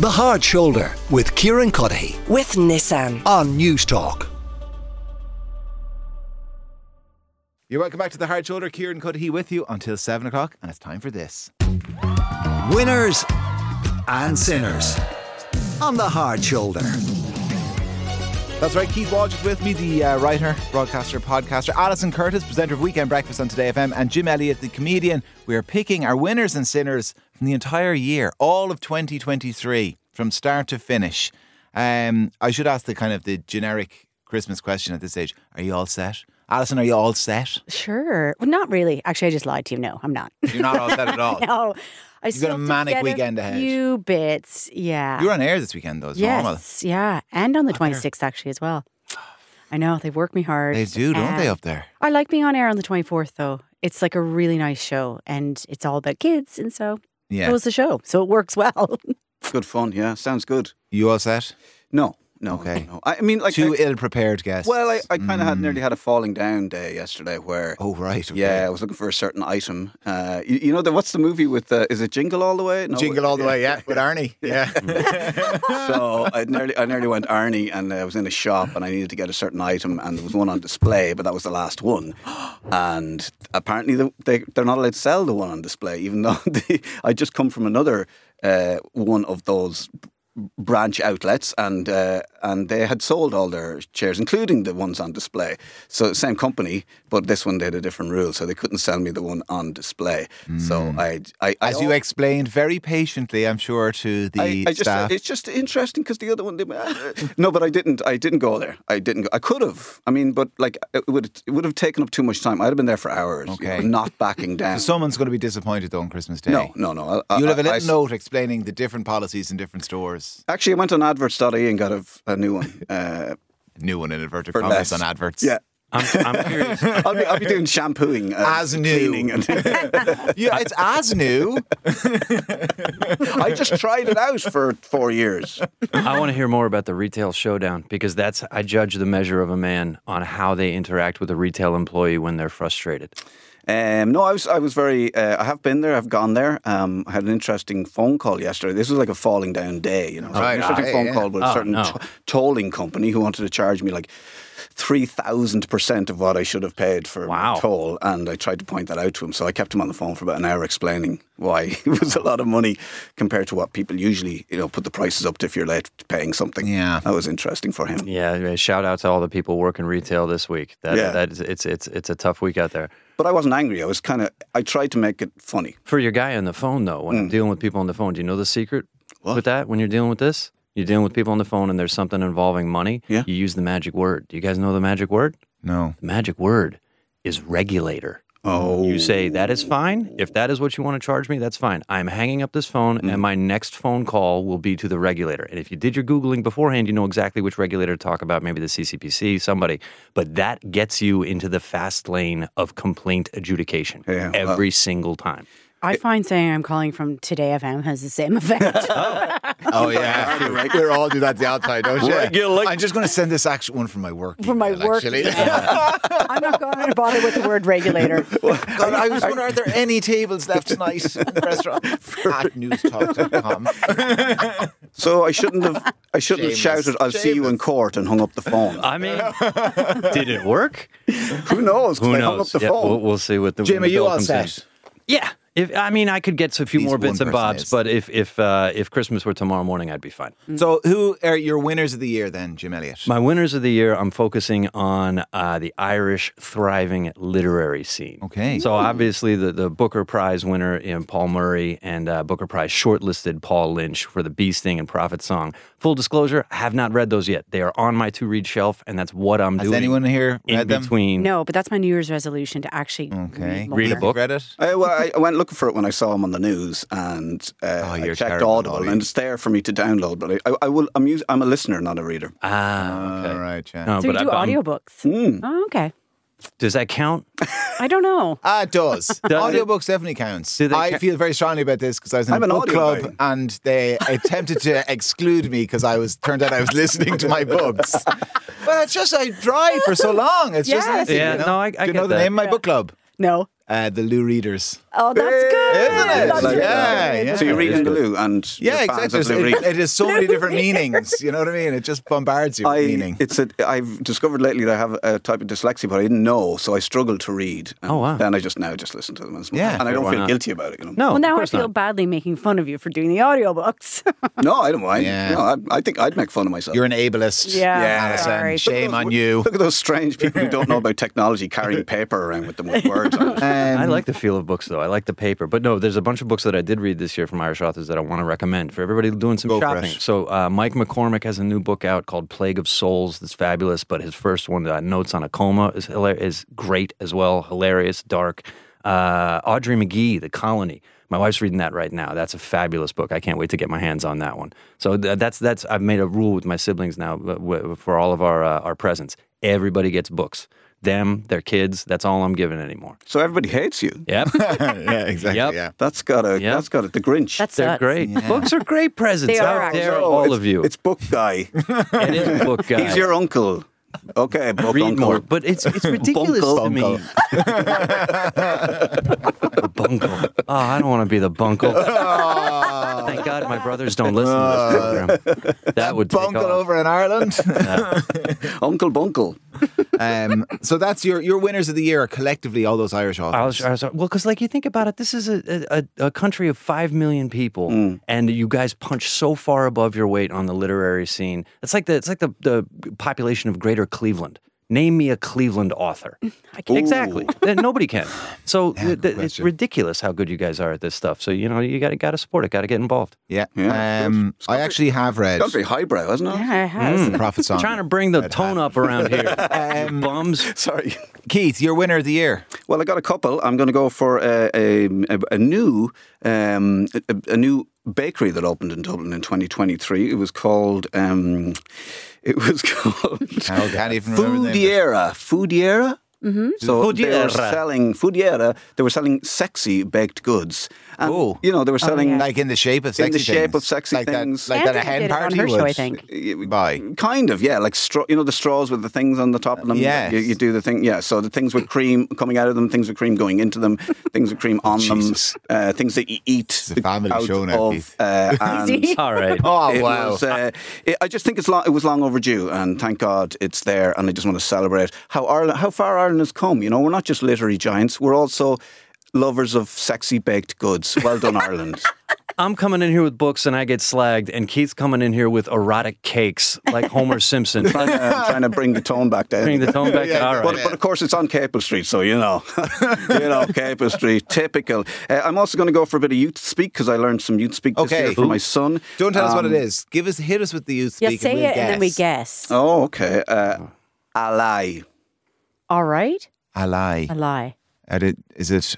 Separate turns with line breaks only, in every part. The Hard Shoulder with Kieran Cuddy
with Nissan.
on News Talk.
You're welcome back to the Hard Shoulder. Kieran Cuddy with you until seven o'clock, and it's time for this.
Winners and sinners on The Hard Shoulder.
That's right, Keith Walsh is with me, the uh, writer, broadcaster, podcaster, Alison Curtis, presenter of Weekend Breakfast on Today FM, and Jim Elliott, the comedian. We are picking our winners and sinners from the entire year, all of 2023, from start to finish. Um, I should ask the kind of the generic Christmas question at this stage: Are you all set, Alison? Are you all set?
Sure. Well, not really. Actually, I just lied to you. No, I'm not.
You're not all set at all.
no. I
You've got a
still did
manic
get
weekend ahead.
A few bits. Yeah.
You're on air this weekend, though. It's normal.
yes. Yeah. And on the 26th, actually, as well. I know. They work me hard.
They do, don't they,
and
up there?
I like being on air on the 24th, though. It's like a really nice show and it's all about kids. And so
Yeah.
it was the show. So it works well.
Good fun, yeah. Sounds good.
You all set?
No, no,
Okay.
no. I I mean, like,
Two
I,
ill-prepared guests.
well, I, I kind of had nearly had a falling down day yesterday where.
oh right. okay.
Yeah, I was looking for a certain item. Uh, you, you know, the, what's the movie with? Uh, is it Jingle All the Way? No,
Jingle all the way, yeah, with Arnie. Yeah.
so I nearly, I nearly went Arnie, and I was in a shop, and I needed to get a certain item, and there was one on display, but that was the last one. And apparently, the, they they're not allowed to sell the one on display, even though they, I just come from another uh, one of those branch outlets, and uh, and they had sold all their chairs, including the ones on display. So same company, but this one they had a different rule, so they couldn't sell me the one on display. So I, I, I
Mm. As you explained very patiently, I'm sure, to the
I, I just, uh,
staff.
It's just interesting because the other one. They, "Ah." no, but I didn't. I didn't go there. I didn't. Go, I could have. I mean, but like it would. It would have taken up too much time. I'd have been there for hours. you know,
Okay.
not backing down.
Someone's going to be disappointed though on Christmas Day.
no, no, no. I, I-
You'll have a
I-
little
I-
note explaining the different policies in different stores.
Actually, I went on adverts.ie and got a, a new one. Uh,
New one in inverted
For
commas
less.
on adverts.
yeah,
I'm, I'm curious.
I'll be, I'll be doing shampooing uh,
As new.
cleaning and
yeah, it's as new.
I just tried it out for four years.
I want to hear more about the retail showdown because that's I judge the measure of a man on how they interact with a retail employee when they're frustrated.
Um, no, I was I was very. Uh, I have been there. I've gone there. Um, I had an interesting phone call yesterday. This was like a falling down day. You know, So
Right,
an interesting
right,
phone
yeah.
call with a
Oh,
certain
no.
to- tolling company who wanted to charge me like three thousand percent of what I should have paid for
Wow.
my toll, and I tried to point that out to him. So I kept him on the phone for about an hour explaining why it was a lot of money compared to what people usually you know put the prices up to if you're late paying something.
Yeah.
that was interesting for him.
Yeah, yeah, shout out to all the people working retail this week. That
Yeah.
that is, it's it's it's a tough week out there.
But I wasn't angry. I was kind of. I tried to make it funny.
For your guy on the phone though, when I'm dealing with people on the phone, do you know the secret with that when you're dealing with this? You're dealing with people on the phone and there's something involving money.
Yeah.
You use the magic word. Do you guys know the magic word?
No.
The magic word is regulator.
Mm-hmm.
Oh,
You say that is fine. If that is what you want to charge me, that's fine. I'm hanging up this phone,
Mm-hmm.
and my next phone call will be to the regulator. And if you did your googling beforehand, you know exactly which regulator to talk about, maybe the CCPC, somebody. But that gets you into the fast lane of complaint adjudication
Yeah, well-
every single time.
I find saying I'm calling from Today FM has the same effect.
Oh yeah. We're all do that at the outside, don't you?
Regular-
I'm just going to send this actual one from my work.
For my
email,
work,
actually.
email. I'm not going to bother with the word regulator.
God, I was wondering, are there any tables left tonight at the restaurant? At newstalk.com.
So I shouldn't have. I shouldn't have
Shameless.
shouted. I'll see you in court and hung up the phone.
I mean, did it work?
Who knows? 'Cause
Who
I hung up
knows?
the
Yeah,
phone.
we'll, we'll see what the
Jim,
when
are
the
you
bill
all
comes in.
set?
Yeah. If I mean, I could get a few
least
more
one
bits
person
and bobs,
is.
but if if uh, if Christmas were tomorrow morning, I'd be fine.
Mm. So, who are your winners of the year then, Jim Elliott?
My winners of the year, I'm focusing on uh, the Irish thriving literary scene.
Okay.
So obviously, the, the Booker Prize winner in Paul Murray and uh, Booker Prize shortlisted Paul Lynch for the Bee Sting and Prophet Song. Full disclosure, I have not read those yet. They are on my to read shelf, and that's what I'm
Has
doing.
anyone here
in
read them?
between?
No, but that's my New Year's resolution to actually
Okay.
read, more.
Read a book?
Read it?
I, well, I I went looking for it when I saw him on the news, and uh,
Oh,
I
you're
checked
terrible,
Audible,
Ollie.
and it's there for me to download. But I, I, I will. I'm, us- I'm a listener, not a reader.
Ah, okay.
All right, yeah.
No,
So you
but Hmm.
do
I- I'm-
audiobooks. Oh, okay.
Does that count?
I don't know.
Ah, it does.
Does it-
Audiobooks definitely counts.
Do they
I
ca-
feel very strongly about this because I was in
I'm
a
an
book
audio
club
guy.
and they attempted to exclude me because I was turned out I was listening to my books. But it's just I drive for so long. It's just
Yes.
easy.
Yeah,
you know?
no, I- I
Do you
get
know the
that.
name of my book club?
No.
Uh, the Lou Readers.
Oh, that's good.
Isn't it? Like,
That's really
yeah,
good.
yeah.
So you read in blue, and
Yeah,
you're fans
exactly.
of
It's-
Lou Reed.
It, it has so many different meanings. You know what I mean? It just bombards you with
I,
meaning.
it's a, I've discovered lately that I have a type of dyslexia, but I didn't know, so I struggled to read. And
Oh, wow.
Then I just now just listen to them, and, smoke.
Yeah.
and I don't
Why
feel
not?
guilty about it. You know?
No,
Well, now
Oh, of
I
course
feel
not.
badly making fun of you for doing the audiobooks.
no, I don't mind.
Yeah.
No, I, I think I'd make fun of myself.
You're an ableist.
Yeah,
Alison.
sorry.
Shame on you.
Look at those strange people who don't know about technology carrying paper around with them with words on it.
I
Um,
like the feel of books, though. I like the paper. But no, there's a bunch of books that I did read this year from Irish authors that I want to recommend for everybody doing some
Go for
shopping.
it.
So, uh, Mike McCormick has a new book out called Plague of Souls that's fabulous. But his first one, uh, Notes on a Coma, is, hilar- is great as well. Hilarious, dark. Uh, Audrey McGee, The Colony. My wife's reading that right now. That's a fabulous book. I can't wait to get my hands on that one. So th- that's that's I've made a rule with my siblings now w- w- for all of our uh, our presents. Everybody gets books. Them, their kids. That's all I'm giving anymore.
So everybody hates you.
Yep.
yeah, exactly.
Yep.
Yeah.
That's got a.
Yeah.
That's got a. The Grinch.
That's
They're
sucks.
great. Books are great presents
They are,
out there,
actually.
Oh,
all
it's-
of you.
It's book guy.
it is book guy.
He's your uncle. Okay, book
Read
uncle.
more, but it's it's ridiculous to me.
Bunkle.
the bunkle. Oh, I don't want to be the bunkle. Thank God my brothers don't listen
Uh,
to this program. That, would take
Bunkle
off.
over in Ireland.
Uncle Bunkle.
um, so that's your your winners of the year are collectively all those Irish
I
authors.
was, I was, well, because like you think about it, this is a, a, a- a country of five million people,
Mm.
and you guys punch so far above your weight on the literary scene. It's like the it's like the, the population of Greater Cleveland. Name me a Cleveland author. I
can't.
Exactly. Then Nobody can. So th- th- it's
question.
ridiculous how good you guys are at this stuff. So you know you got to got to support it. Got to get involved.
yeah.
Yeah,
um, I actually have read
That's very highbrow, isn't it?
Yeah, it has.
Hmm.
Prophet Song.
Trying to bring the tone up around here, you
Um,
bums.
Sorry.
Keith, your winner of the year.
Well, I got a couple. I'm going to go for a, a, a, a new um, a, a new bakery that opened in Dublin in 2023. It was called. Um, it was called.
I can't even remember the name.
Foodiera. Foodiera? Mm-hmm. So they were
Foodiera.
selling Foodiera. They were selling sexy baked goods. And,
Oh.
you know they were selling
Like in the shape of sexy
In the shape
things.
of sexy
like
things.
That, like that a
Andrea
hen
did it on
party
her show, I
would.
think.
Bye.
Kind of, yeah. Like straw, you know, the straws with the things on the top of them.
Yes.
You, you do the thing, yeah. So the things with cream coming out of them, things with cream going into them, things with cream on them,
Oh, Jesus.
uh, things that you eat
a family
out
show now, Keith.
of. Uh, and
See?
All right.
Oh
it
wow.
was, uh, it, I just think it's long, it was long overdue, and thank God it's there. And I just want to celebrate how Ireland, how far Ireland has come. You know, we're not just literary giants; we're also lovers of sexy baked goods. Well done, Ireland.
I'm coming in here with books and I get slagged, and Keith's coming in here with erotic cakes like Homer Simpson.
trying, to, uh, trying to bring the tone back down.
Bring the tone back.
Yeah,
All right.
But, but of course, it's on Capel Street, so you know, you know, Capel Street, typical. Uh, I'm also going to go for a bit of youth speak because I learned some youth speak
Okay.
this year for my son.
Don't tell us what it
Um,
is. Give us hit us with the youth
Yeah,
speak.
say
and
it
we'll guess.
and then we guess.
Oh, okay. Uh, ally.
All right.
A lie.
A lie.
I did- Is it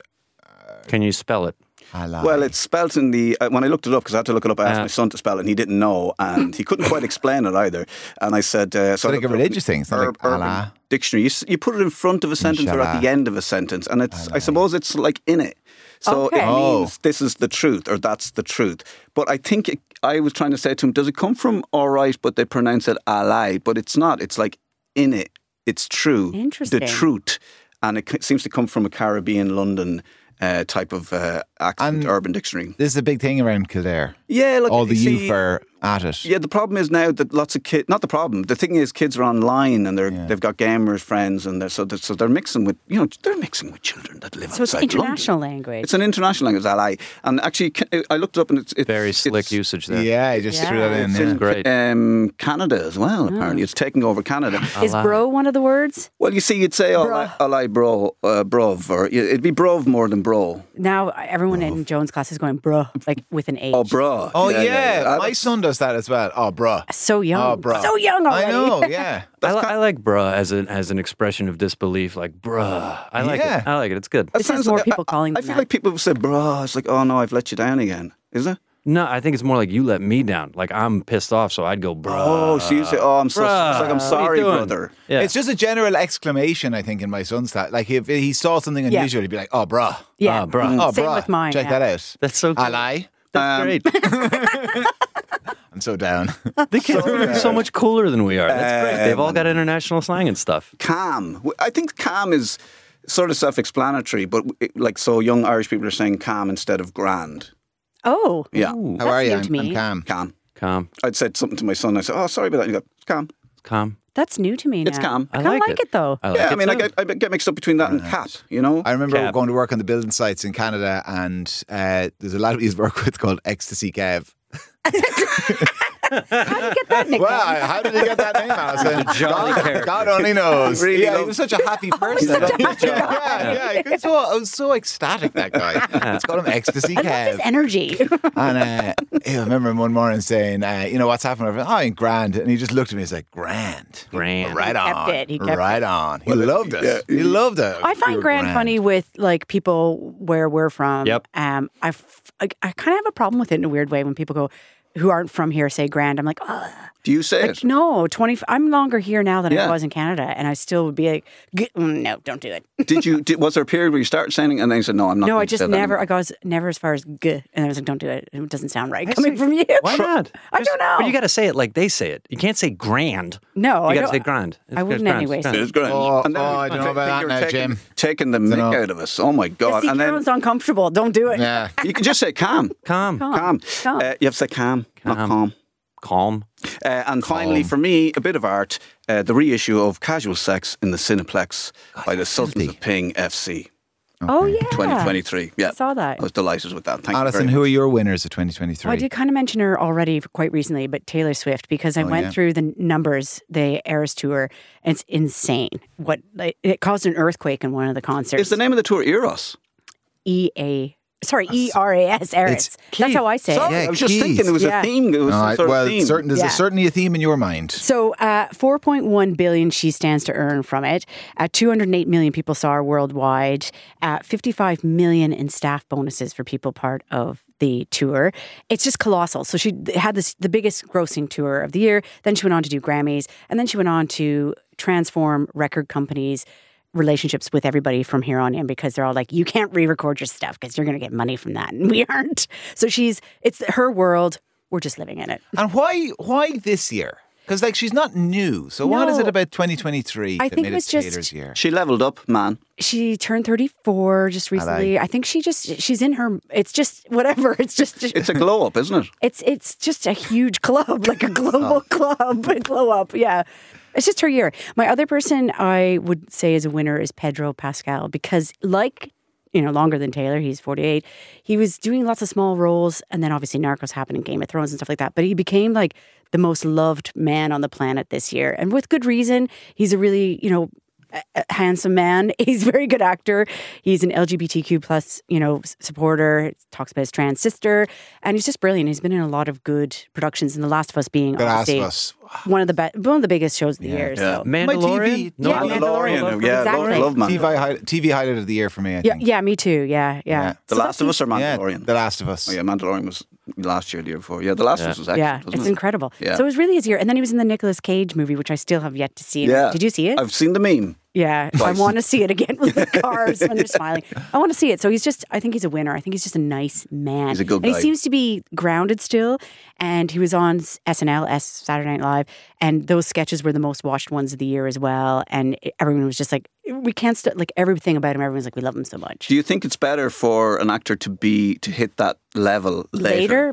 Can you spell it?
a lie?
Well, it's spelled in the. Uh, when I looked it up, because I had to look it up, I asked
Yeah.
my son to spell it, and he didn't know, and he couldn't quite explain it either. And I said, uh, so I
like a
looked it up
religious
in
thing, it's not like
Ur- Urban
Allah.
Dictionary. You, s- you put it in front of a sentence or at
Inshallah.
the end of a sentence, and it's. I suppose it's like in it. So
Okay.
it
Oh.
means this is the truth or that's the truth. But I think it, I was trying to say to him, does it come from all right, but they pronounce it alai, but it's not. It's like in it. It's true.
Interesting.
The truth. And it c- seems to come from a Caribbean London uh, type of uh, accent,
And-
Urban Dictionary.
this is a big thing around Kildare.
Yeah, look,
All the
you
youth
see,
are at it.
Yeah, the problem is now that lots of kids. Not the problem. The thing is, kids are online and they're they've got gamers friends, and they're, so they're, so they're mixing with you know they're mixing with children that live
So it's
outside
international
London.
language.
It's an international language, ally. And actually, ca- uh, I looked it up and it's, it's
Very
it's-
slick usage there.
Yeah, I just threw that
Yeah.
in.
It's
yeah.
in
Great.
um, Canada as
Ah.
well. Apparently, it's taking over Canada.
Is bro one of the words?
Well, you see, you'd say "Oh, ally, ally bro, uh, brov, or yeah, it'd be brov more than bro.
Now everyone in Joan's class is going bro, like with an H.
Oh, bro.
Oh yeah,
I-
my son does that as well. Oh, bruh.
So young.
Oh, bruh.
So young already.
I know. Yeah.
I, li- I like bruh as an as an expression of disbelief. Like bruh, I like
Yeah.
it. I like it. It's good.
that
This is
sounds
more
like-
people
I-
calling
I
them
feel
that.
like people say bro. It's like, oh no, I've let you down again. Is it?
No, I think it's more like you let me down. Like I'm pissed off, so I'd go bruh.
Oh, so you say, oh, I'm so. It's like I'm
Bruh, what are you
sorry,
doing?
brother.
Yeah.
It's just a general exclamation, I think, in my son's that. Like if he saw something
Yeah.
unusual, he'd be like, "Oh, bruh."
Yeah. Mm-hmm.
Ah, bruh.
Oh,
Same
bruh.
with mine.
Check
yeah.
that out.
That's so.
I lie.
That's
Um,
great.
I'm so down.
The kids are so much cooler than we are. That's great. They've all got international slang and stuff.
Calm. I think calm is sort of self-explanatory, but it, like so, young Irish people are saying "calm" instead of "grand."
Oh,
Yeah,
Ooh,
How
That's
are you?
new
I'm,
to
I'm
me.
calm.
calm.
calm,
I'd said something to my son. I said, "Oh, sorry about that." And he goes, "Calm."
calm.
that's new to me.
It's
now.
calm.
I
I
kind of
like
like,
it.
it though.
I like
Yeah, I
it
mean, I
too.
get, I get mixed up between that and cap. You know,
I remember
Cab.
going to work on the building sites in Canada, and uh, there's a lot of these work with called Ecstasy Cav.
How do you get that nickname?
Well, I- how did he get that name, Alison?
jolly
God,
character.
God only knows.
Really
yeah, he
loves-
was such a happy person.
such a happy
yeah, yeah, yeah. I was so, I was so ecstatic, that guy. Let's call him Ecstasy
I love
Cav.
his energy.
And uh, yeah, I remember him one morning saying, uh, you know, what's happened? I went, oh, in grand. And he just looked at me and was like, grand.
Grand.
Right
kept
on.
it, he kept
right on. He loved it. He loved it.
I
We
find
were
grand, funny with like people where we're from.
Yep.
Um, I, f- I, kind of have a problem with it in a weird way when people go who aren't from here say grand. I'm like, oh,
do you say it?
no, twenty. I'm longer here now than
Yeah.
I was in Canada, and I still would be like, "G- mm, no, don't do it.
Did you? Did, was there a period where you started saying, it and then you said, "No, I'm not."
no,
going
I
to
just
say that
never.
anymore"?
I goes never as far as g, and I was like, don't do it. It doesn't sound right coming from you.
Why not?
I don't know.
But you got to say it like they say it. You can't say grand.
No,
you
I
got to
don't-
say grand.
I wouldn't
grand,
anyway,
grand.
so-
It's grand.
Oh,
And then
oh, I
you
don't know
take-
about
you're
that now,
taking,
Jim.
Taking the mick
know.
out of us. Oh my god!
See,
And then
Carolyn's uncomfortable. Don't do it.
Yeah.
you can just say calm,
Calm. Calm.
calm.
Calm.
Uh, you have to say calm, not
Calm.
calm. Uh, and finally, for me, a bit of art: uh, the reissue of "Casual Sex" in the Cineplex by the Sultans of Ping FC,
Oh yeah.
2023. Yeah,
I saw that.
I was delighted with that. Thank
Alison,
you very
who are your winners of 2023?
Well, I did kind of mention her already quite recently, but Taylor Swift because I went through the numbers, the Eras tour, and it's insane. What like, it caused an earthquake in one of the
much.
concerts.
Is the name of the tour Eros?
E A sorry E R A S Eras. That's how I say it.
Sorry,
Yeah,
I was just
Keith.
thinking there was
Yeah.
a theme. There was
All
some
right,
sort
well,
of theme.
certain, there's
Yeah.
a, certainly a theme in your mind.
So, uh, 4.1 billion she stands to earn from it. Uh, 208 million people saw her worldwide. Uh, 55 million in staff bonuses for people part of the tour. It's just colossal. So she had this the biggest grossing tour of the year. Then she went on to do Grammys, and then she went on to transform record companies. Relationships with everybody from here on in because they're all like, you can't re record your stuff because you're going to get money from that. And we aren't. So she's, it's her world. We're just living in it.
And why why this year? Because like she's not new. So what is
No.
it about 2023
I
that
think
made
it was
it
just-
Taylor's year?
She leveled up, man.
she turned 34 just recently. I, think she just she's in her it's just whatever. It's just
It's a glow up, isn't it?
it's it's just a huge club, like a global club, a glow up. Yeah. It's just her year. My other person I would say is a winner is Pedro Pascal because like you know, longer than Taylor, he's 48. He was doing lots of small roles and then obviously Narcos happened in Game of Thrones and stuff like that, but he became like the most loved man on the planet this year. And with good reason. He's a really, you know, a- a handsome man. He's a very good actor. He's an LGBTQ plus, you know, s- supporter. Talks about his trans sister, and he's just brilliant. He's been in a lot of good productions. In The Last of Us being
The Last
obviously
of Us.
one of the best, one of the biggest shows of the year. So.
Mandalorian.
No,
Yeah,
Mandalorian,
Mandalorian,
yeah,
love-
Lord
exactly.
love man.
TV, hi- TV highlight of the year for me, I
Yeah,
think.
yeah, me too. Yeah, yeah.
Yeah.
The Last of Us or
Yeah,
Mandalorian?
The Last of Us.
Oh yeah, Mandalorian was last year, the year before. Yeah, The Last of Us was excellent.
Yeah,
wasn't
it's
it?
incredible.
Yeah.
So it was really his year. And then he was in the Nicolas Cage movie, which I still have yet to see.
Yeah.
Did you see it?
I've seen the meme.
yeah. I
twice.
want to see it again with the cars when they're smiling. I want to see it. So he's just, I think he's a winner. I think he's just a nice man.
He's a good
and
guy.
He seems to be grounded still. And he was on S- SNL, S Saturday Night Live. And those sketches were the most watched ones of the year as well. And everyone was just like, we can't, st-, like everything about him, everyone's like, we love him so much.
Do you think it's better for an actor to be to hit that level later?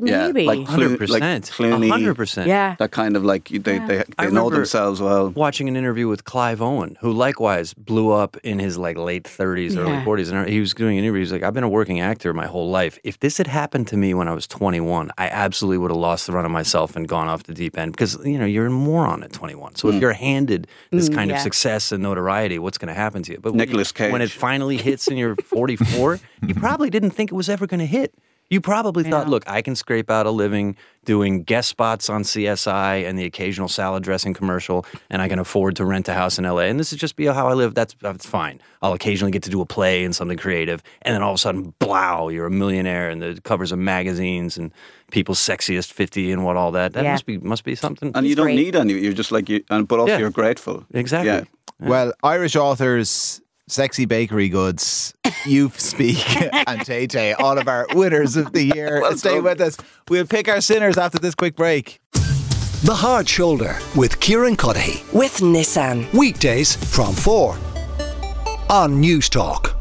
Later, maybe.
like Clo-
Hundred
like
percent.
Clooney,
Hundred percent.
yeah.
That kind of like you- they they, they
I
know
remember-
themselves well.
Watching an interview with Clive Owen, who likewise blew up in his like late 30s, early
Yeah.
40s, and he was doing an interview. He's like, "I've been a working actor my whole life. If this had happened to me when I was 21, I absolutely would have lost the run of myself and gone off the deep end because you know you're a moron at 21.
Mm.
So if you're handed this kind of
Mm, yeah.
success and notoriety, what's going to happen to you? But when-
Nicolas Cage.
when it finally hits and you're 44, you probably didn't think it was ever going to hit. You probably thought, look, I can scrape out a living doing guest spots on CSI and the occasional salad dressing commercial, and I can afford to rent a house in LA. And this is just be how I live. That's, that's fine. I'll occasionally get to do a play and something creative. And then all of a sudden, blow, you're a millionaire and the covers of magazines and people's sexiest 50 and what all that. That
Yeah.
must be must be something.
And you don't
great.
need any. You're just like you, and but also
Yeah.
you're grateful.
exactly.
Yeah.
Well, Irish authors, sexy bakery goods, youth speak, and Tay Tay, all of our winners of the year. Stay
done.
with us. We'll pick our sinners after this quick break.
The Hard Shoulder with Kieran Cuddihy.
with Nissan.
Weekdays from 4 on News Talk.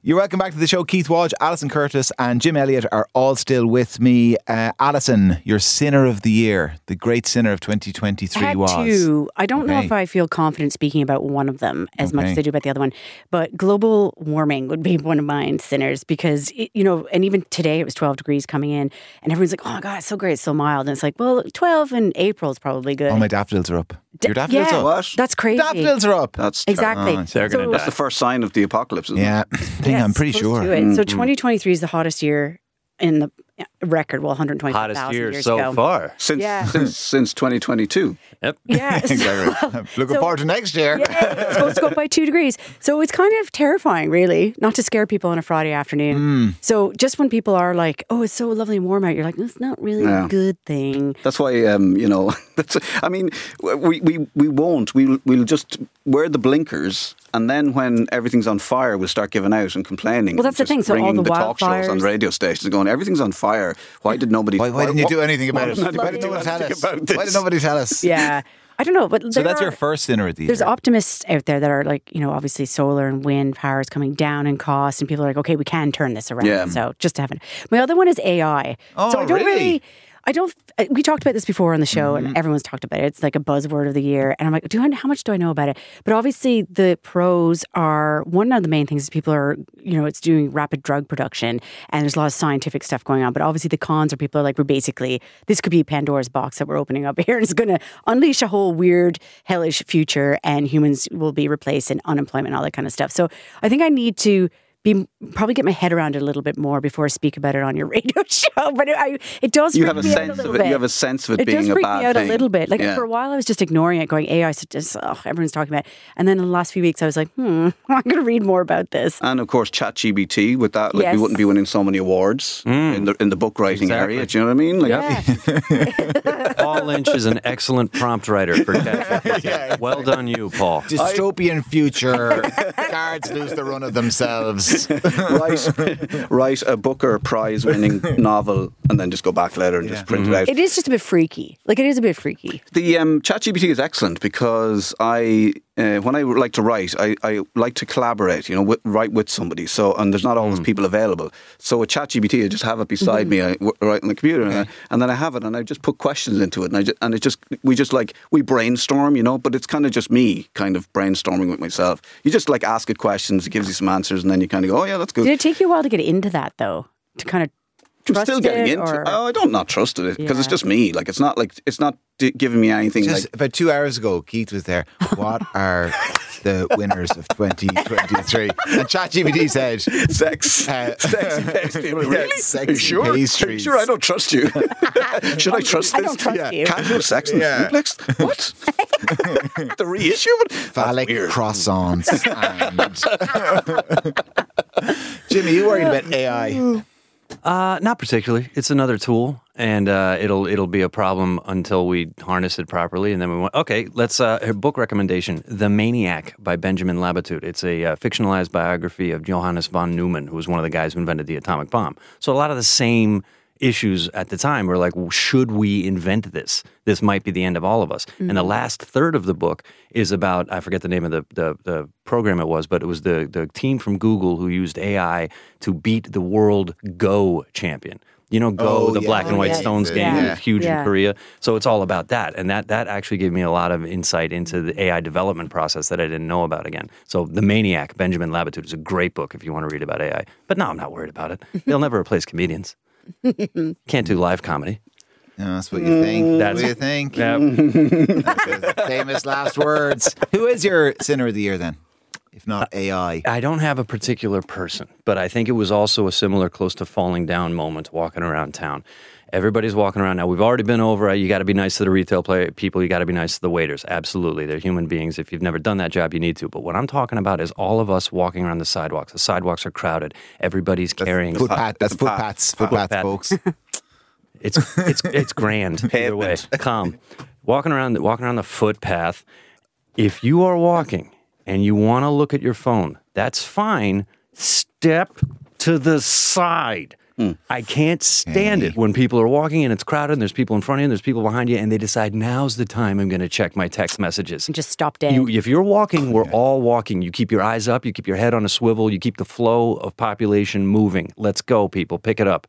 You're welcome back to the show. Keith Walsh, Alison Curtis, and Jim Elliott are all still with me. Uh, Alison, your sinner of the year, the great sinner of 2023
Had
was.
two. I don't know
Okay.
if I feel confident speaking about one of them as much as
Okay.
I do about the other one, but global warming would be one of mine sinners because, it, you know, and even today it was 12 degrees coming in and everyone's like, oh my God, it's so great, it's so mild. And it's like, well, 12 in April is probably good.
Oh, my daffodils are up. Your daffodils
yeah,
are up.
What?
that's crazy.
Daffodils are up.
That's terrible.
Exactly.
Oh,
they're gonna
So-
die.
That's the first sign of the apocalypse. Isn't
yeah,
It?
thing I'm
Yes,
pretty
close to
sure.
it. So 2023 is the hottest year in the eh, record. Well, 125,000
Hottest year
years
so
ago.
far.
Since,
Yeah.
since since 2022.
Yep.
Yeah.
Exactly. Looking
So-
forward to next year.
Yeah, it's supposed to go up by two degrees. So it's kind of terrifying, really, not to scare people on a Friday
Mm.
afternoon. So just when people are like, oh, it's so lovely and warm out, you're like, it's not really
No.
a good thing.
That's why um, you know. That's, I mean, we, we, we won't. We'll we'll just wear the blinkers, and then when everything's on fire, we'll start giving out and complaining.
Well, that's the
and just
thing, so all
ringing
the
talk shows on
wildfires-
radio stations, going, everything's on fire. Why did nobody?
Why, why didn't you do anything about
why
it?
didn't
Why
anybody
did
do
no one tell
anything
us?
about
Why did
this?
nobody tell us?
Yeah. I don't know. But
So
there
that's your
are-
first sinner of the year.
There's optimists out there that are like, you know, obviously solar and wind power is coming down in cost, and people are like, okay, we can turn this around.
Yeah.
So just to have it. My other one is AI.
Oh,
so I don't
really?
I don't. uh, We talked about this before on the show, and everyone's talked about it. It's like a buzzword of the year, and I'm like, do I, how much do I know about it? But obviously, the pros are one of the main things is people are, you know, it's doing rapid drug production, and there's a lot of scientific stuff going on. But obviously, the cons are people are like, we're basically this could be Pandora's box that we're opening up here, and it's going to unleash a whole weird hellish future, and humans will be replaced, and unemployment, and all that kind of stuff. So I think I need to be probably get my head around it a little bit more before I speak about it on your radio show. But it, I, it does.
You
freak
have a
me out
sense
little
of it.
bit.
You have a sense of it,
It
being
does
a
freak
bad
me out
thing.
a little bit. Like
Yeah.
for a while, I was just ignoring it, going AI. So just, oh, everyone's talking about. It. And then in the last few weeks, I was like, hmm, I'm going to read more about this.
And of course, ChatGBT with that, like we
Yes.
wouldn't be winning so many awards in the in the book writing
Exactly.
area. Do you know what I mean? Like,
Yeah.
Paul Lynch is an excellent prompt writer for ChatGPT. Well done, you, Paul.
dystopian future. Guards lose the run of themselves.
write write a Booker Prize winning novel, and then just go back later and just print it out.
It is just a bit freaky. Like it is a bit freaky.
The um, ChatGPT is excellent because I, uh, when I like to write, I, I like to collaborate, you know, with, write with somebody. So, and there's not always people available. So with ChatGPT, I just have it beside me, I w- right on the computer, and, I, and then I have it, and I just put questions into it, and I ju- and it just we just like we brainstorm, you know, but it's kind of just me kind of brainstorming with myself. You just like ask it questions, it gives you some answers, and then you kind of go, oh yeah, that's good.
Did it take you a while to get into that though? To kind of
I'm
trust
still getting
it,
into.
or-
Oh, I don't not trust it because it's
Yeah.
just me. Like it's not like it's not d- giving me anything.
Just
like
about two hours ago, Keith was there. What are the winners of 2023? And ChatGPT said,
sex,
Uh,
sexy pastry.
yeah,
Are
sexy
you sure? Are you
pastries.
Sure, I don't trust you. Should I trust this?
I don't trust you.
Casual sex in
Yeah.
the duplex? What? the reissue? What?
phallic croissants. And Jimmy, you worried about AI?
Uh, not particularly. It's another tool, and uh, it'll it'll be a problem until we harness it properly, and then we want. Okay, let's. Uh, a book recommendation: The Maniac by Benjamin Labatut. It's a uh, fictionalized biography of Johannes von Neumann, who was one of the guys who invented the atomic bomb. So a lot of the same issues at the time were like, well, should we invent this? This might be the end of all of us. And the last third of the book is about I forget the name of the, the the program it was, but it was the the team from Google who used AI to beat the world Go champion. You know, Go,
Oh,
the
yeah.
black and
Oh,
white
yeah.
stones game,
Yeah.
huge
Yeah.
in Korea. So it's all about that, and that that actually gave me a lot of insight into the AI development process that I didn't know about. Again, so the Maniac, Benjamin Labatut, is a great book if you want to read about AI. But no, I'm not worried about it. They'll never replace comedians. Can't do live comedy.
No, that's what you think. That's
Mm. That's-
what you think.
Yeah.
Famous last words. Who is your sinner of the year then? If not
Uh,
AI.
I don't have a particular person, but I think it was also a similar close to falling down moment walking around town. Everybody's walking around now. We've already been over. uh, You got to be nice to the retail play, people. You got to be nice to the waiters. Absolutely. They're human beings. If you've never done that job, you need to. But what I'm talking about is all of us walking around the sidewalks. The sidewalks are crowded. Everybody's carrying.
Footpath. That's footpaths. Footpaths,
Footpath.
folks.
It's it's it's grand either way. Calm, walking around the, walking around the footpath. If you are walking and you want to look at your phone, that's fine. Step to the side. I can't stand it when people are walking and it's crowded and there's people in front of you and there's people behind you and they decide now's the time I'm going to check my text messages.
And just stop dead.
You, if you're walking, we're all walking. You keep your eyes up, you keep your head on a swivel, you keep the flow of population moving. Let's go, people. Pick it up.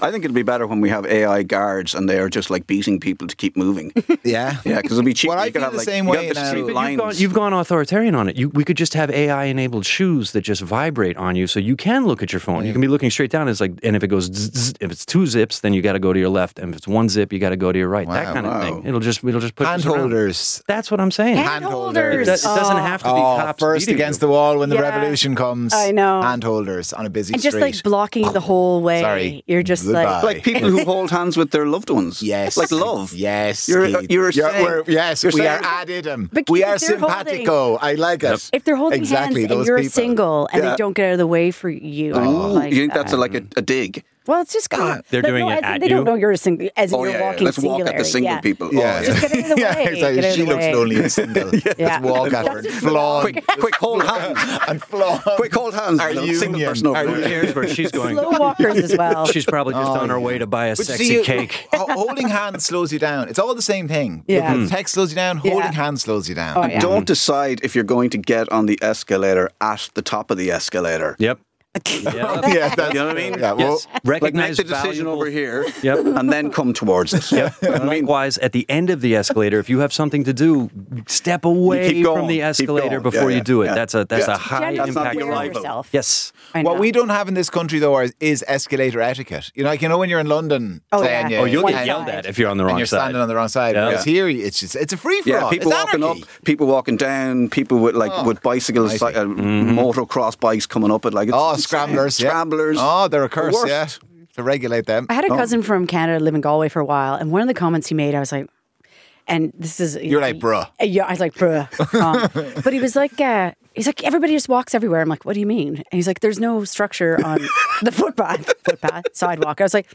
I think it'd be better when we have AI guards and they are just like beating people to keep moving.
Yeah.
yeah, because it'll be cheap.
Well, I
you could
feel
have,
the
like,
same
you
way
have the
now.
street
But you've
But you've gone,
lines.
you've gone authoritarian on it. You, we could just have AI enabled shoes that just vibrate on you, so you can look at your phone. You can be looking straight down. It's like, and if it goes, zzz, zzz, if it's two zips, then you got to go to your left, and if it's one zip, you got to go to your right. that
Wow.
kind of
Wow.
thing. It'll just, it'll just put
Hand
us around.
holders.
That's what I'm saying.
Hand
It,
holders.
does, it doesn't have to be
Oh,
cops
first
beating
against
you.
the wall when the
Yeah.
revolution comes.
I know.
Hand holders on a busy
and just
street.
like blocking the whole way.
Sorry.
You're
Goodbye.
just like
like people who hold hands with their loved ones.
Yes.
like love.
Yes.
you're
Keith.
you're, saying,
we're- yes,
you're
we are
saying-
ad idem.
But
We
Keith,
are
if they're holding-
simpatico. I like us.
if they're holding
exactly,
hands and
those
you're
people.
single and they
Yeah.
don't get out of the way for you. I
Ooh,
don't like
you think
that.
that's a, like a, a dig?
Well, it's just kind of,
They're
no,
doing
no,
it
as in
at
They
you?
don't know you're a single as in
Oh
you're
yeah, yeah.
walking
let's
singular.
walk at the single
yeah.
people.
Yeah.
Oh,
Just get out of the
yeah,
way.
exactly.
Get out of
She
the
looks
way.
lonely and single.
Yeah.
Let's walk at her.
That's just
Flaunt.
quick, quick, hold hands.
And flaunt.
quick, hold hands.
Our
little single
union.
person over
Our
there.
union.
Here's where she's going.
Slow walkers as well.
She's probably just on her way to buy a
But
sexy
see, you-
cake.
ho- holding hands slows you down. It's all the same thing.
Yeah.
Looking at Text slows you down.
Yeah.
Holding hands slows you down.
Oh, yeah.
Don't decide if you're going to get on the escalator at the top of the escalator.
Yep.
yeah, that's,
You know what I mean?
Yeah, well,
Yes.
Like make
Recognize
the decision
valuable
over here,
Yep.
and then come towards it.
And Likewise, at the end of the escalator, if you have something to do, step away
going,
from the
keep
escalator
going.
before
Yeah,
you do it.
yeah,
That's a that's
yeah.
a high
Jennifer,
That's not
impact.
the
wear
arrival.
yourself.
Yes.
I
What
know.
we don't have in this country though are, is escalator etiquette. You know, like you know when you're in London,
Oh,
saying,
yeah.
you-
Oh, you'll
One
get
side.
yelled at if you're on the
and
wrong
you're
side.
standing on the wrong side.
Yeah.
Whereas here, it's just it's a free for all.
Yeah, people
it's
walking
anarchy.
up, people walking down, people with like
Oh,
with bicycles,
crazy.
like, uh, motocross bikes coming up at like it's
Mm-hmm. Oh,
insane.
scramblers, yeah.
scramblers.
Oh, they're a curse.
Worst.
Yeah, to regulate them.
I had a cousin from Canada live in Galway for a while, and one of the comments he made, I was like, and this is Uh,
You're like, "Bruh."
Yeah, I was like, bruh. Um, but he was like, uh, he's like, everybody just walks everywhere. I'm like, what do you mean? And he's like, there's no structure on the footpath, footpath, sidewalk. I was like,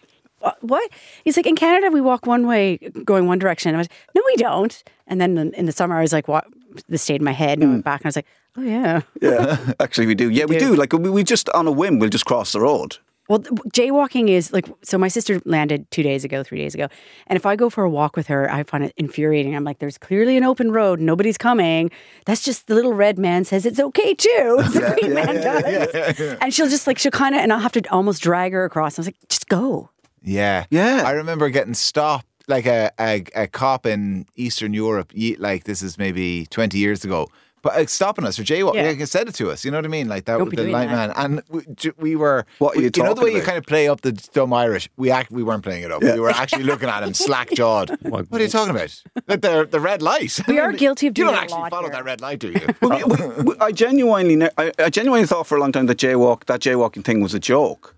"Wha- what? He's like, in Canada we walk one way, going one direction. I was, no, we don't. And then in- in the summer, I was like, what? This stayed in my head, and I
Hmm.
went back, and I was like, oh yeah.
Yeah, actually we do. Yeah, we do. Like we, we just on a whim, we'll just cross the road.
Well, th- jaywalking is like so. My sister landed two days ago, three days ago, and if I go for a walk with her, I find it infuriating. I'm like, "There's clearly an open road, nobody's coming. That's just the little red man says it's okay too. It's the green man does." And she'll just like she'll kind of, and I'll have to almost drag her across. I was like, "Just go."
Yeah.
Yeah.
I remember getting stopped like a, a, a cop in Eastern Europe, ye- like this is maybe 20 years ago. But uh, stopping us for jaywalking,
Yeah.
like, it said it to us. You know what I mean? Like that
Don't
was
be
the
doing
light man,
that.
and we, j- we were.
What are
we- know
you
the
talking
way you
about?
kind of play up the dumb Irish. We act, we weren't playing it up. We were actually looking at him slack jawed. what are you talking about? Like the the red light.
We are guilty of doing
You don't
that a
actually
lot
follow
here.
that red light, do you?
Well, we- we- we- I genuinely, ne- I, I genuinely thought for a long time that jaywalk, that jaywalking thing was a joke.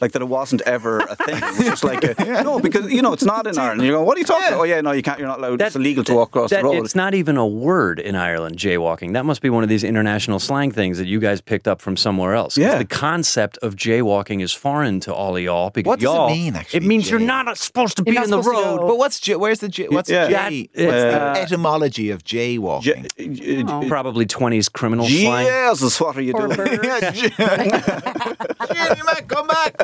Like that, it wasn't ever a thing. It was just like a, no, because you know it's not in Ireland. You go, what are you talking? about? Oh yeah, no, you can't. You're not allowed. it's
That-
illegal to walk across
that-
the road.
It's not even a word in Ireland, jaywalking. That must be one of these international slang things that you guys picked up from somewhere else. 'Cause
Yeah.
The concept of jaywalking is foreign to all of y'all because
What does it
y'all,
mean, actually,
It means you're
jay?
not uh, supposed to
You're
be
not
on the
supposed to
road.
go.
but what's j- where's the j- what's
Yeah.
jay?
That-
what's
uh,
the etymology of jaywalking?
J- j- j-
Oh.
Probably 20s criminal slang.
Jesus, what are you
Or
doing?
burger,
Yeah, j- Jay, you might come back.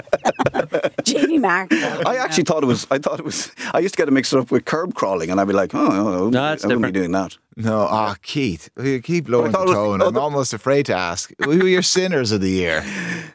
Jamie Mac.
I actually thought it was. I thought it was. I used to get it mixed up with curb crawling, and I'd be like, "Oh, oh
No, that's
I wouldn't be doing
different.
that."
No, ah, Keith, you keep blowing
thought
the
it was-
tone.
oh,
I'm
the-
almost afraid to ask who are your sinners of the year,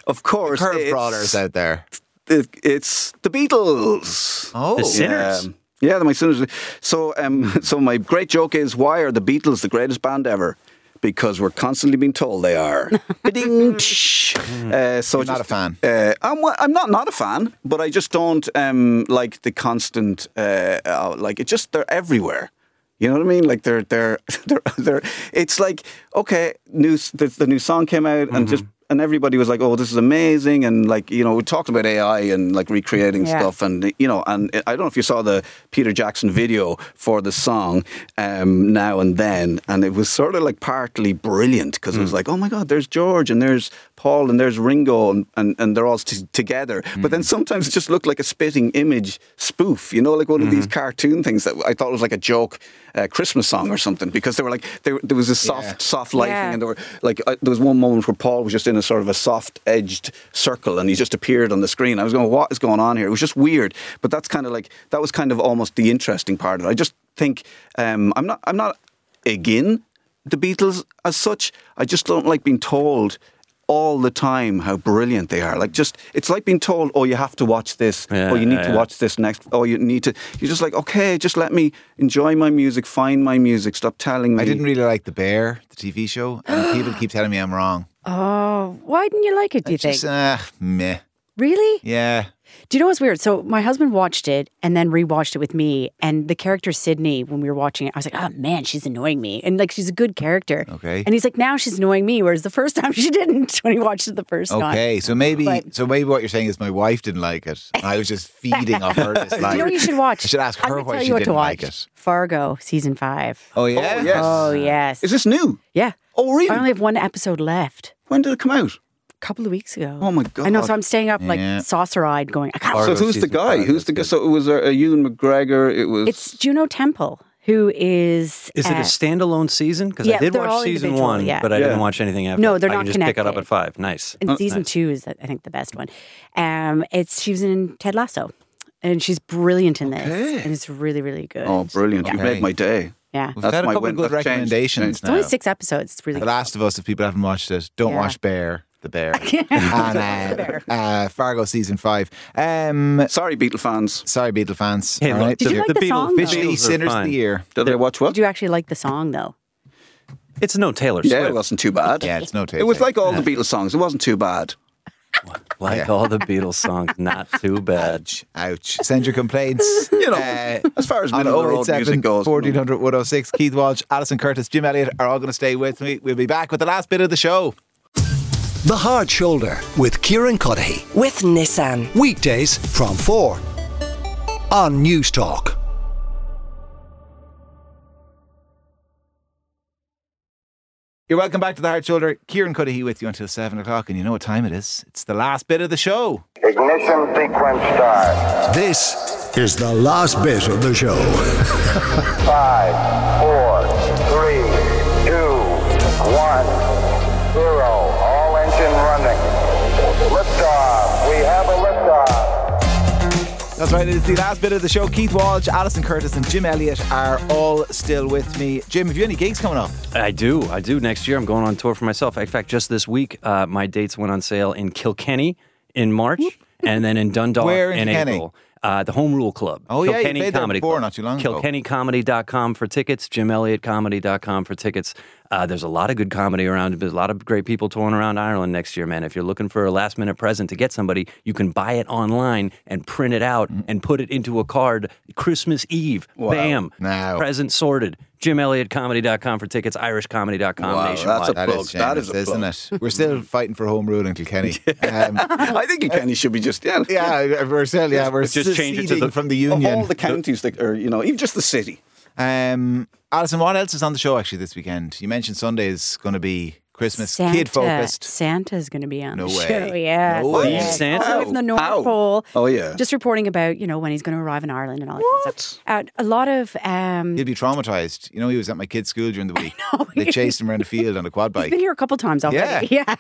Of course,
curb
it's-
prodders out there.
it, it's the Beatles.
Oh,
The sinners.
Um, yeah, my sinners. So, um, so my great joke is, why are the Beatles the greatest band ever? Because we're constantly being told they are. Ba-ding, tsh. uh, so
Hmm. You're not a fan.
Uh, I'm, wa- I'm not not a fan, but I just don't um, like the constant. Uh, uh, like it just they're everywhere. You know what I mean? Like they're they're they're, they're it's like okay, new s- the, the new song came out
Mm-hmm.
and just and everybody was like, oh, this is amazing, and like you know we talked about AI and like recreating
Yeah.
stuff and you know and I don't know if you saw the Peter Jackson video for the song um, now and then, and it was sort of like partly brilliant because it was like, oh my god, there's George and there's Paul and there's Ringo and, and, and they're all t- together. But then sometimes it just looked like a spitting image spoof, you know, like one of these cartoon things that I thought was like a joke uh, Christmas song or something because they were like, they were, there was a soft, soft lighting
Yeah.
and there were like, uh, there was one moment where Paul was just in a sort of a soft edged circle and he just appeared on the screen. I was going, what is going on here? It was just weird. But that's kind of like, that was kind of almost the interesting part of it. I just think, um, I'm not, I'm not again the Beatles as such. I just don't like being told all the time how brilliant they are. Like just it's like being told, oh, you have to watch this,
Yeah,
oh, you need
yeah,
to
yeah.
watch this next, oh, you need to. You're just like, okay, just let me enjoy my music, find my music. Stop telling me.
I didn't really like The Bear, the TV show, and people keep telling me I'm wrong.
Oh, why didn't you like it? Do you think?
Just, uh, meh.
really?
Yeah.
Do you know what's weird? So my husband watched it and then rewatched it with me, and the character Sydney, when we were watching it, I was like, "Oh man, she's annoying me," and like she's a good character.
Okay.
And he's like, "Now she's annoying me," whereas the first time she didn't when he watched it the first time.
Okay, so maybe
But-
so maybe what you're saying is my wife didn't like it. and I was just feeding off her dislike.
You know what you should watch?
I should ask
I'm
her
gonna
why
tell
she
you what
didn't
to watch.
like it.
Fargo season five.
Oh yeah,
yes.
Oh yes.
Is this new?
yeah.
Oh really?
I only have one episode left.
when did it come out?
A couple of weeks ago.
Oh, my
I know.
God.
So I'm staying up
Yeah.
like saucer eyed, going. I can't.
Fargo
so who's the
season
guy?
five,
who's the guy?
that's
So it was uh, uh, Ewan McGregor. It was.
It's Juno Temple, who is.
Is it
uh,
a standalone season? Because
yeah,
I did
they're all
watch season
individual,
one,
yeah.
but I
Yeah.
didn't watch anything after.
No,
that.
they're
I can
not
just pick it up
connected.
at five. Oh, Nice.
And season two is, I think, the best one. Um, it's she was in Ted Lasso, and she's brilliant in this, and it's really, really good.
oh, brilliant! You've
Okay.
made my day.
Yeah,
We've
it's
That's
had a
my
couple
win-
of good
that's changed-
recommendations
changed.
now.
only six episodes. It's really
The Last of Us, if people haven't watched it, don't
Yeah.
watch Bear, the Bear, and uh, uh, Fargo season five. Um,
Sorry, Beatle fans.
sorry, Beatle fans.
Hey,
all
look,
right?
Did you like the
Beatles-
song, though?
Beatles
Officially
are
sinners of
fine.
the year.
Did I watch what?
Did you actually like the song though?
It's no Taylor Swift.
yeah, it wasn't too bad.
Yeah, it's no taste.
It was like all the Beatles songs. It wasn't too bad.
like all the Beatles songs, not too bad.
ouch. Send your complaints.
You know,
Uh,
as far as
on
middle of the road
087
music goes,
1400 106. Keith Walsh, Alison Curtis, Jim Elliott are all going to stay with me. We'll be back with the last bit of the show.
The Hard Shoulder with Kieran Cuddihy.
with Nissan.
Weekdays from 4 on News Talk.
You're welcome back to the Hard Shoulder. Kieran Cuddihy with you until 7 o'clock, and you know what time it is. It's the last bit of the show.
Ignition sequence start.
This is the last bit of the show.
Five, four, three, two, one, zero. All engine running. Liftoff. We have a liftoff.
That's right, it is the last bit of the show. Keith Walsh, Alison Curtis, and Jim Elliott are all still with me. Jim, have you any gigs coming up?
I do. I do. Next year, I'm going on tour for myself. In fact, just this week, uh, my dates went on sale in Kilkenny in March and then in Dundalk
Where in Kilkenny?
April. Uh, the Home Rule Club.
Oh, yeah, you
Kilkenny
played there
Comedy
before
Club.
not too long ago.
KilkennyComedy.com for tickets, JimElliottComedy.com for tickets. Uh, there's a lot of good comedy around. There's a lot of great people touring around Ireland next year, man. If you're looking for a last minute present to get somebody, you can buy it online and print it out
Mm.
and put it into a card Christmas Eve. Bam.
Now.
Present sorted. JimElliottComedy.com for tickets, IrishComedy.com
Wow,
nationwide.
that's a-
That
Plug.
is
That is
shameless,
a
isn't it? We're still fighting for home rule in Kilkenny. Um,
I think Kilkenny should be just yeah.
yeah, we're still, yeah, we're
Just change it to
seceding
the-
from the
Of
union.
all the counties that are, you know, even just the city.
Um, Alison, what else is on the show actually this weekend? You mentioned Sunday is going to be Christmas
Santa,
kid focused.
Santa's going to be on
No
the
way.
show. Yeah.
No way.
yeah.
Santa?
All the way from the North
Ow.
Pole.
Oh, yeah.
Just reporting about you know when he's going to arrive in Ireland and all that kind of stuff. Uh, a lot of um,
He'll be traumatized. You know, he was at my kid's school during the week. They chased him around the field on a quad
I've
bike.
been here a couple times already. Yeah.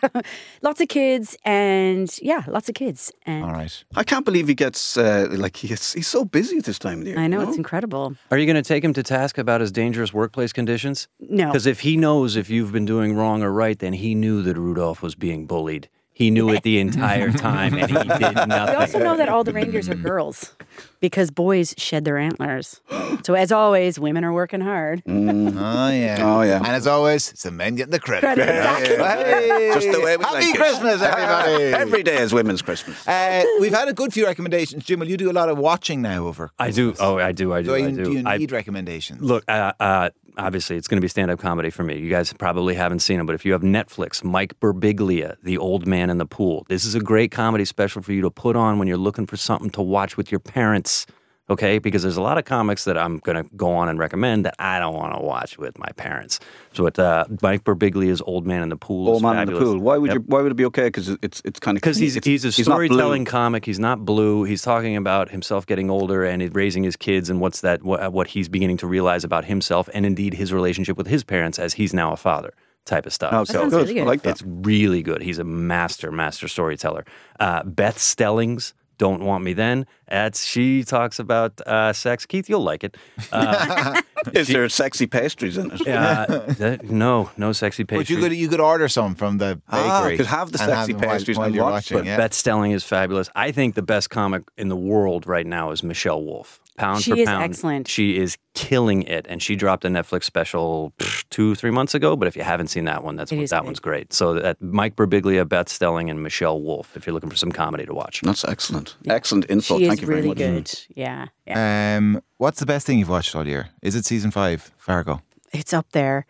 lots of kids and yeah, lots of kids. And
All right.
I can't believe he gets uh, like he gets, he's so busy this time of year.
I know
you
it's incredible.
Are you going to take him to task about his dangerous workplace conditions?
No.
Because if he knows if you've been doing wrong or right, then he knew that Rudolph was being bullied. He knew it the entire time and he did
We also
nothing.
know that all the reindeers are girls because boys shed their antlers. So as always, women are working hard.
Mm,
Oh, yeah.
Oh, yeah.
And as always, it's the men getting the credit.
Credit,
Hey!
Just the way we
Happy
like it.
Christmas, everybody.
Every day is Women's Christmas.
Uh, we've had a good few recommendations. Jim, will you do a lot of watching now over?
I do. Oh, I do. I do.
Do,
I
you,
do.
do you
I-
need recommendations?
Look, uh, uh, obviously, it's going to be stand up comedy for me. You guys probably haven't seen him, but if you have Netflix, Mike Birbiglia, The Old Man in the Pool. This is a great comedy special for you to put on when you're looking for something to watch with your parents. Okay, because there's a lot of comics that I'm going to go on and recommend that I don't want to watch with my parents. So, it, uh, Mike Birbiglia's Old Man in the Pool is
Old man
fabulous.
in the pool. Why would
Yep.
you? Why would it be okay? Because it's it's kind of
Because he's he's a
not blue.
storytelling comic. He's not blue. He's talking about himself getting older and it- raising his kids and what's that what, what he's beginning to realize about himself and indeed his relationship with his parents as he's now a father type of stuff.
Okay,
sounds
good.
really good.
Oh, I like that.
It's really good. He's a master, master storyteller. Uh, Beth Stellings, Don't Want Me Then. That's she talks about uh, sex. Keith, you'll like it. Uh,
Is there sexy pastries in it?
uh, that- no, no sexy
But you
pastry.
could you could order some from the bakery.
Ah, could have the
and
sexy
them while-
pastries
while
and
you're
watch
watching.
them.
yeah.
Beth Stelling is fabulous. I think the best comic in the world right now is Michelle Wolf. Pound
She
for
is
pound,
excellent.
She is killing it, and she dropped a Netflix special pff, two, three months ago. But if you haven't seen that one, that's
It
what,
is
that
good.
one's great. So that Mike Birbiglia, Beth Stelling, and Michelle Wolf. If you're looking for some comedy to watch,
That's excellent. Excellent insult.
she
Thank
is
you
really
very much.
good. Yeah, yeah.
Um, what's the best thing you've watched all year? Is it season five, Fargo?
it's up there.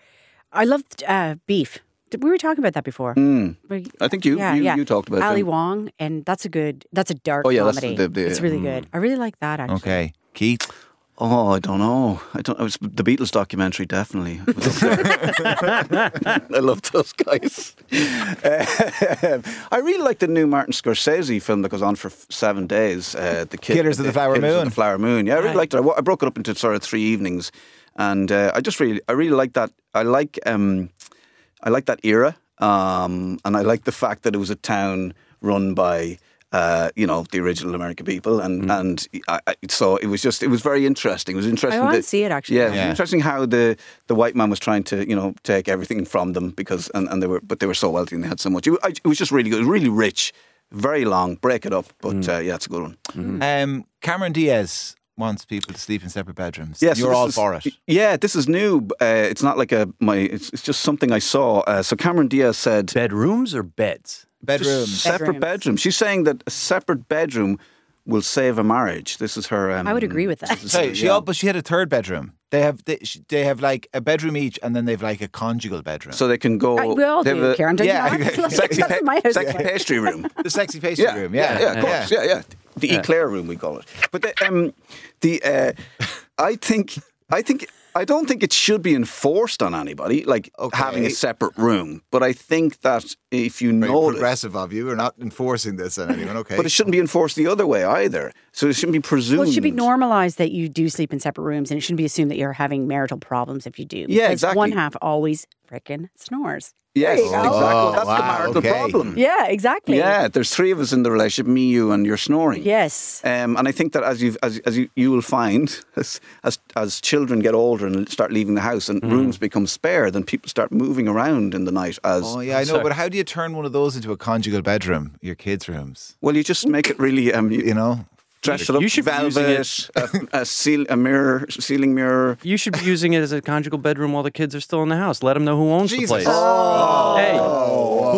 I loved uh, beef. Did- We were talking about that before. But-
I think Mm. Uh, you- you- you talked about
Ali
him.
Wong, and that's a good. That's a dark
Oh, yeah, that's
comedy.
the- the- mm.
it's really good. I really like that actually.
Okay, Keith.
Oh, I don't know. I don't. It was the Beatles documentary, definitely. It was up there. I love those guys. Um, I really like the new Martin Scorsese film that goes on for f- seven days. Uh, the Kid-
Killers of the Flower
Killers of
Moon.
the Flower Moon. Yeah, I really liked it. I, wa- I broke it up into sort of three evenings, and uh, I just really, I really like that. I like, um, I like that era, um, and I like the fact that it was a town run by. Uh, you know the original American people, and
Mm.
and I, I, so it was just it was very interesting. It was interesting.
wanna
that-
see it, actually.
Yeah, it was
Yeah.
interesting how the, the white man was trying to you know take everything from them because and, and they were but they were so wealthy and they had so much. It, wa- I- it was just really good, It was really rich, very long. Break it up, but
Mm.
uh, yeah, it's a good one.
Um, Cameron Diaz wants people to sleep in separate bedrooms.
Yeah, so
you're
this
all
is-
for it.
Yeah, this is new. b- Uh, it's not like a my. It's, it's just something I saw. Uh, so Cameron Diaz said
bedrooms or beds.
just
Bedrooms.
separate
Bedrooms.
bedroom. She's saying that a separate bedroom will save a marriage. This is her. Um,
I would agree with that.
Sorry, she all, but she had a third bedroom. They have they, sh- they have like a bedroom each, and then they've like a conjugal bedroom.
So they can go.
I, we all
they
do,
have a-
Karen. Don't
yeah,
you know? Like,
Sexy,
that's
pa-
what my house is
sexy
like.
pastry room.
the sexy pastry room. Yeah,
yeah, of course, yeah, yeah. The eclair room we call it. But the, um, the uh, I think I think I don't think it should be enforced on anybody, like having a
Okay.
separate room. But I think that if you
Very
know this,
progressive of you. We're not enforcing this on anyone. Okay,
but it shouldn't be enforced the other way either. So it shouldn't be presumed.
Well, it should be normalized that you do sleep in separate rooms, and it shouldn't be assumed that you're having marital problems if you do.
Yeah,
because One
exactly.
half always frickin' snores.
Yes,
There you go.
exactly.
Oh,
That's the
wow,
marital
okay.
problem.
Yeah, exactly.
Yeah, there's three of us in the relationship: me, you, and you're snoring.
Yes.
Um, and I think that as you as, as you, you will find as, as as children get older and start leaving the house and rooms become spare, then people start moving around in the night. As
Oh yeah, I know. But how do you turn one of those into a conjugal bedroom? Your kids' rooms.
well, you just make it really um, you,
You
know
know,
dress it up.
You should be
velvet,
using
a, a, seal, a mirror, ceiling mirror.
You should be using it as a conjugal bedroom while the kids are still in the house. Let them know who owns
Jesus. Oh.
the place. hey,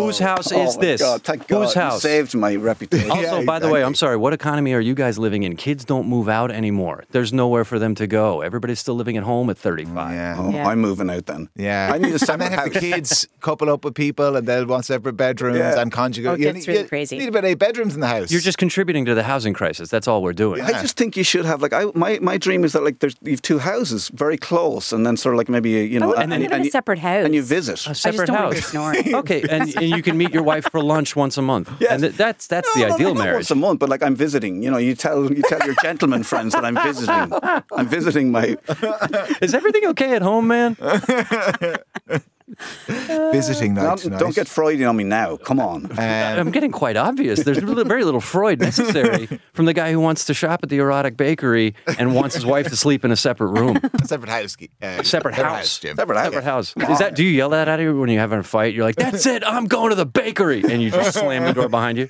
whose house
Oh
is
my
this?
God, thank God,
Whose
you
house?
saved my reputation.
Also,
Yeah,
by the way, I'm
exactly.
sorry. What economy are you guys living in? Kids don't move out anymore. There's nowhere for them to go. Everybody's still living at home at 35.
yeah.
Oh,
Yeah.
I'm moving out then.
Yeah,
I need a
and then
separate
have
house.
the kids couple up with people, and they'll want separate bedrooms
Yeah.
and conjugal.
Oh, it
you
gets
need,
really
you
crazy.
Need about eight bedrooms in the house.
You're just contributing to the housing crisis. That's all we're doing.
I just think you should have like I my, my dream is that like there's you've two houses very close and then sort of like maybe you know
would live in a
you-
separate house.
and you visit.
A
I just
separate
don't want to be
house.
snoring.
okay, and, and you can meet your wife for lunch once a month.
Yes.
And th- that's that's
No,
the
no,
ideal
not
marriage.
Once a month, but like I'm visiting. You know, you tell you tell your gentleman friends that I'm visiting. I'm visiting my.
Is everything okay at home, man?
visiting night
Not,
tonight.
um,
Uh,
Don't get Freudian on me now. Come on.
I'm getting quite obvious. There's li- very little Freud necessary from the guy who wants to shop at the erotic bakery and wants his wife to sleep in a separate room,
separate house. Ke- Uh,
separate house.
Jim.
Separate house.
Separate house. Is that? Do you yell that at you when you're having a fight? You're like, "That's it! I'm going to the bakery," and you just slam the door behind you.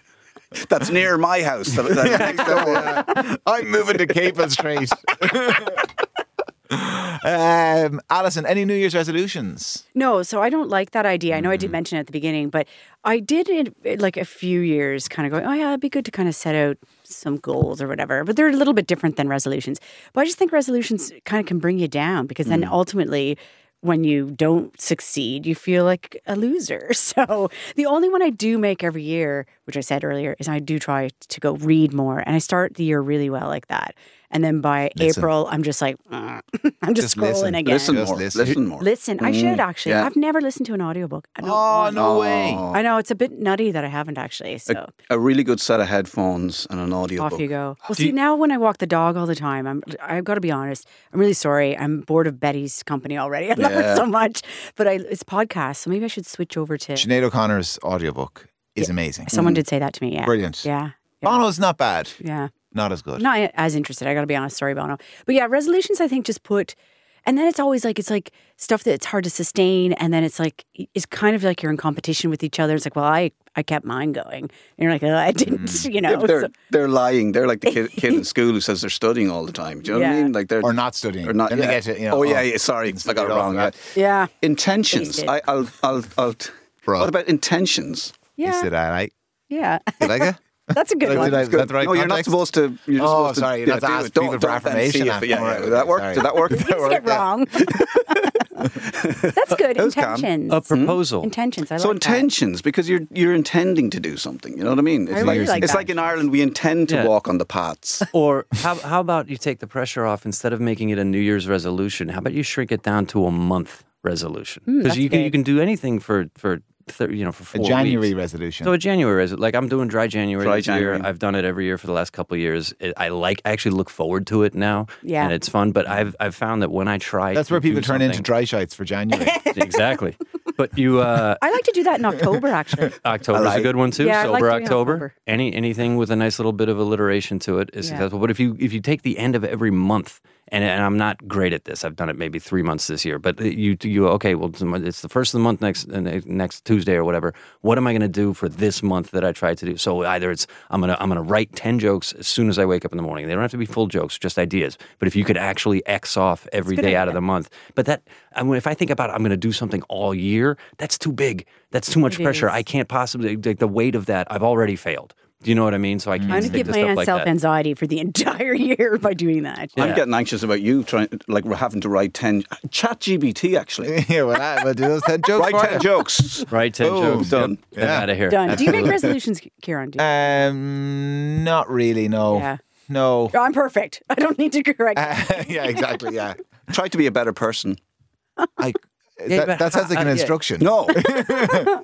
That's near my house. That, that next door.
I'm moving to Capel Street. um, Alison, any New Year's resolutions?
No, so I don't like that idea. I know I did mention it at the beginning, but I did it like a few years kind of going, oh, yeah, it'd be good to kind of set out some goals or whatever. But they're a little bit different than resolutions. But I just think resolutions kind of can bring you down because then ultimately, when you don't succeed, you feel like a loser. So the only one I do make every year, which I said earlier, is I do try to go read more. And I start the year really well like that. and then by
Listen.
April, I'm just like, "Ugh." I'm just,
Just
scrolling
listen.
again.
Listen
Just
more.
listen.
Listen, more.
Listen, I should
Mm,
actually.
yeah.
I've never listened to an audiobook. I don't
Oh,
want to.
no way.
Oh.
I know it's a bit nutty that I haven't actually. So
A really good set of headphones and an audiobook.
off you go. Well,
Do
see,
you-
now when I walk the dog all the time, I'm I've got to be honest. I'm really sorry. I'm bored of Betty's company already. I love her
Yeah.
so much, but I it's podcasts, so maybe I should switch over to.
Sinead O'Connor's audiobook is amazing.
someone
Mm-hmm.
did say that to me. Yeah,
Brilliant.
Yeah, yeah.
Bono's not bad.
yeah.
Not as good.
Not as interested. I got to be honest. Sorry, Bono. But yeah, resolutions. I think just put, and then it's always like it's like stuff that's hard to sustain, and then it's like it's kind of like you're in competition with each other. It's like, well, I I kept mine going, and you're like, oh, I didn't, you know.
Yeah, but Mm. they're
so-
they're lying. They're like the kid, kid in school who says they're studying all the time. Do you know what
Yeah.
I mean? Like they're
Or not studying.
Or not.
Then they
yeah.
get to, you know,
oh yeah,
oh,
yeah. Sorry,
didn't
I got
study
it
at all,
wrong.
yeah.
yeah.
Intentions.
Wasted.
I, I'll I'll I'll.
Bruh.
What about intentions?
Is
Yeah,
it all right?
yeah,
You like it?
that's a good
Did I-
one.
did I- is that the right
no, you're not
context?
supposed to. You're
Oh,
supposed to,
sorry, you're
yeah,
not to
do
ask
it. Don't-
people for
don't then
affirmation
see if-
after.
Yeah,
All
yeah.
right,
Did that work?
sorry.
Did that work? Did that
Let's
work?
get wrong. That's good.
was calm.
intentions.
A proposal.
Intentions. I like
So
that.
intentions, because you're you're intending to do something. You know what I mean? It's
I really like
it's
that.
like in Ireland, we intend to
Yeah.
walk on the paths.
Or how, how about you take the pressure off instead of making it a New Year's resolution? How about you shrink it down to a month resolution? Because you can you can do anything for for thir- you know for
A
four
January
weeks.
resolution.
So a January is like I'm doing dry January
Dry
this
January.
year. I've done it every year for the last couple of years. It, I like I actually look forward to it now.
Yeah.
and it's fun. But I've I've found that when I try,
That's
to
where people
do
turn into
something-
dry shites for January.
exactly. But you uh,
I like to do that in October, actually.
October's
I like-
a good one too.
Yeah, I like
Sober
doing
October.
October.
Any anything with a nice little bit of alliteration to it is
Yeah.
successful. But if you if you take the end of every month, and, and I'm not great at this. I've done it maybe three months this year. But you you okay? Well, it's the first of the month next uh, next Tuesday or whatever. What am I going to do for this month that I try to do? So either it's I'm gonna I'm gonna write ten jokes as soon as I wake up in the morning. They don't have to be full jokes, just ideas. But if you could actually X off every day out of the month, but that I mean, if I think about I'm going to do something all year, that's too big. That's too much
It
pressure.
is.
I can't possibly like the weight of that. I've already failed. Do you know what I mean? So I
I'm
can't
going
stick
Mm-hmm. to give
to stuff like
myself
that.
anxiety for the entire year by doing that.
I'm getting anxious about you trying, like, we're having to write ten. Chat GBT actually.
yeah, well, I, well, do those ten jokes
Write
for
ten
you.
jokes.
Right, ten
Boom.
jokes
Done.
Yep.
Yeah.
out of here.
Done. Do you make resolutions, Kieran? Do you?
Um, not really. No.
Yeah.
No.
Oh, I'm perfect. I don't need to correct.
Ah, yeah, exactly. Yeah.
Try to be a better person.
I,
Yeah,
that,
but
that sounds like
how-
an
uh, yeah.
instruction.
No.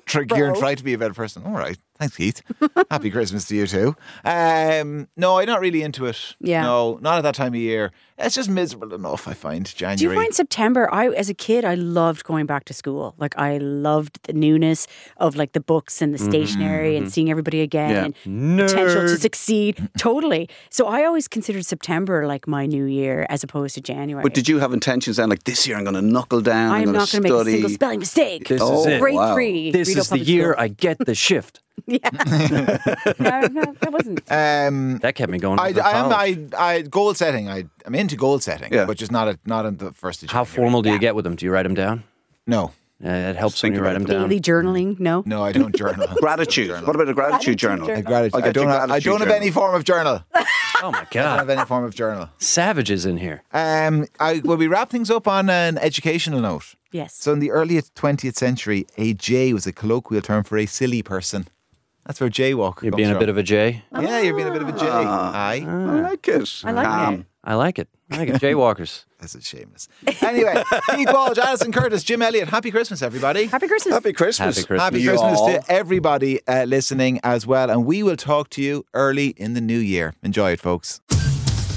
Try,
oh.
Kieran, try to be a better person. All right. Thanks, Keith. Happy Christmas to you too. Um, no, I'm not really into it.
Yeah.
No, not at that time of year. It's just miserable enough. I find January.
Do you find September? I, as a kid, I loved going back to school. Like I loved the newness of like the books and the stationery and seeing everybody again
Yeah.
and potential to succeed. Totally. So I always considered September like my new year as opposed to January.
But did you have intentions then, like, this year I'm going to knuckle down?
I'm
gonna
not going to make a single
study.
spelling mistake.
This
Oh,
is it.
Grade
wow.
three.
This
Rideau
is the
Public
year
School.
I get the shift.
Yeah. no, no, that wasn't.
Um,
That kept me going.
I,
to the
I am.
college.
I, I goal setting. I, I'm into goal setting,
Yeah.
but just not at not on the first. Of
How
January.
formal do you get with them? Do you write them down?
No,
Uh, it helps when
think
you write
about
them
it.
down.
Daily journaling? No.
no, I don't journal.
Gratitude. What about a gratitude journal?
I, gratitude,
I'll
I
get
don't.
you
Have, I
gratitude
don't have
journal.
any form of journal. I
Oh my
don't have
god,
any form of journal.
savages in here.
Um, I, will we wrap things up on an educational note?
Yes.
So, in the early 20th century, a J was a colloquial term for a silly person. That's where jaywalk.
You're being a bit of a J.
yeah. You're being a bit of a J. Aye,
I like it. I
like it.
I like it. I like it. Jaywalkers.
that's a shameless. Anyway, Keith Wall, Jonathan Curtis, Jim Elliott. Happy Christmas, everybody.
Happy Christmas.
Happy Christmas.
Happy Christmas.
Happy
You
Christmas
all.
to everybody uh, listening as well. And we will talk to you early in the new year. Enjoy it, folks.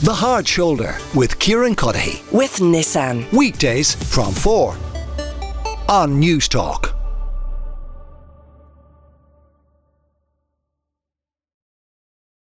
The Hard Shoulder with Kieran Cuddihy.
with Nissan.
Weekdays from 4 on News Talk.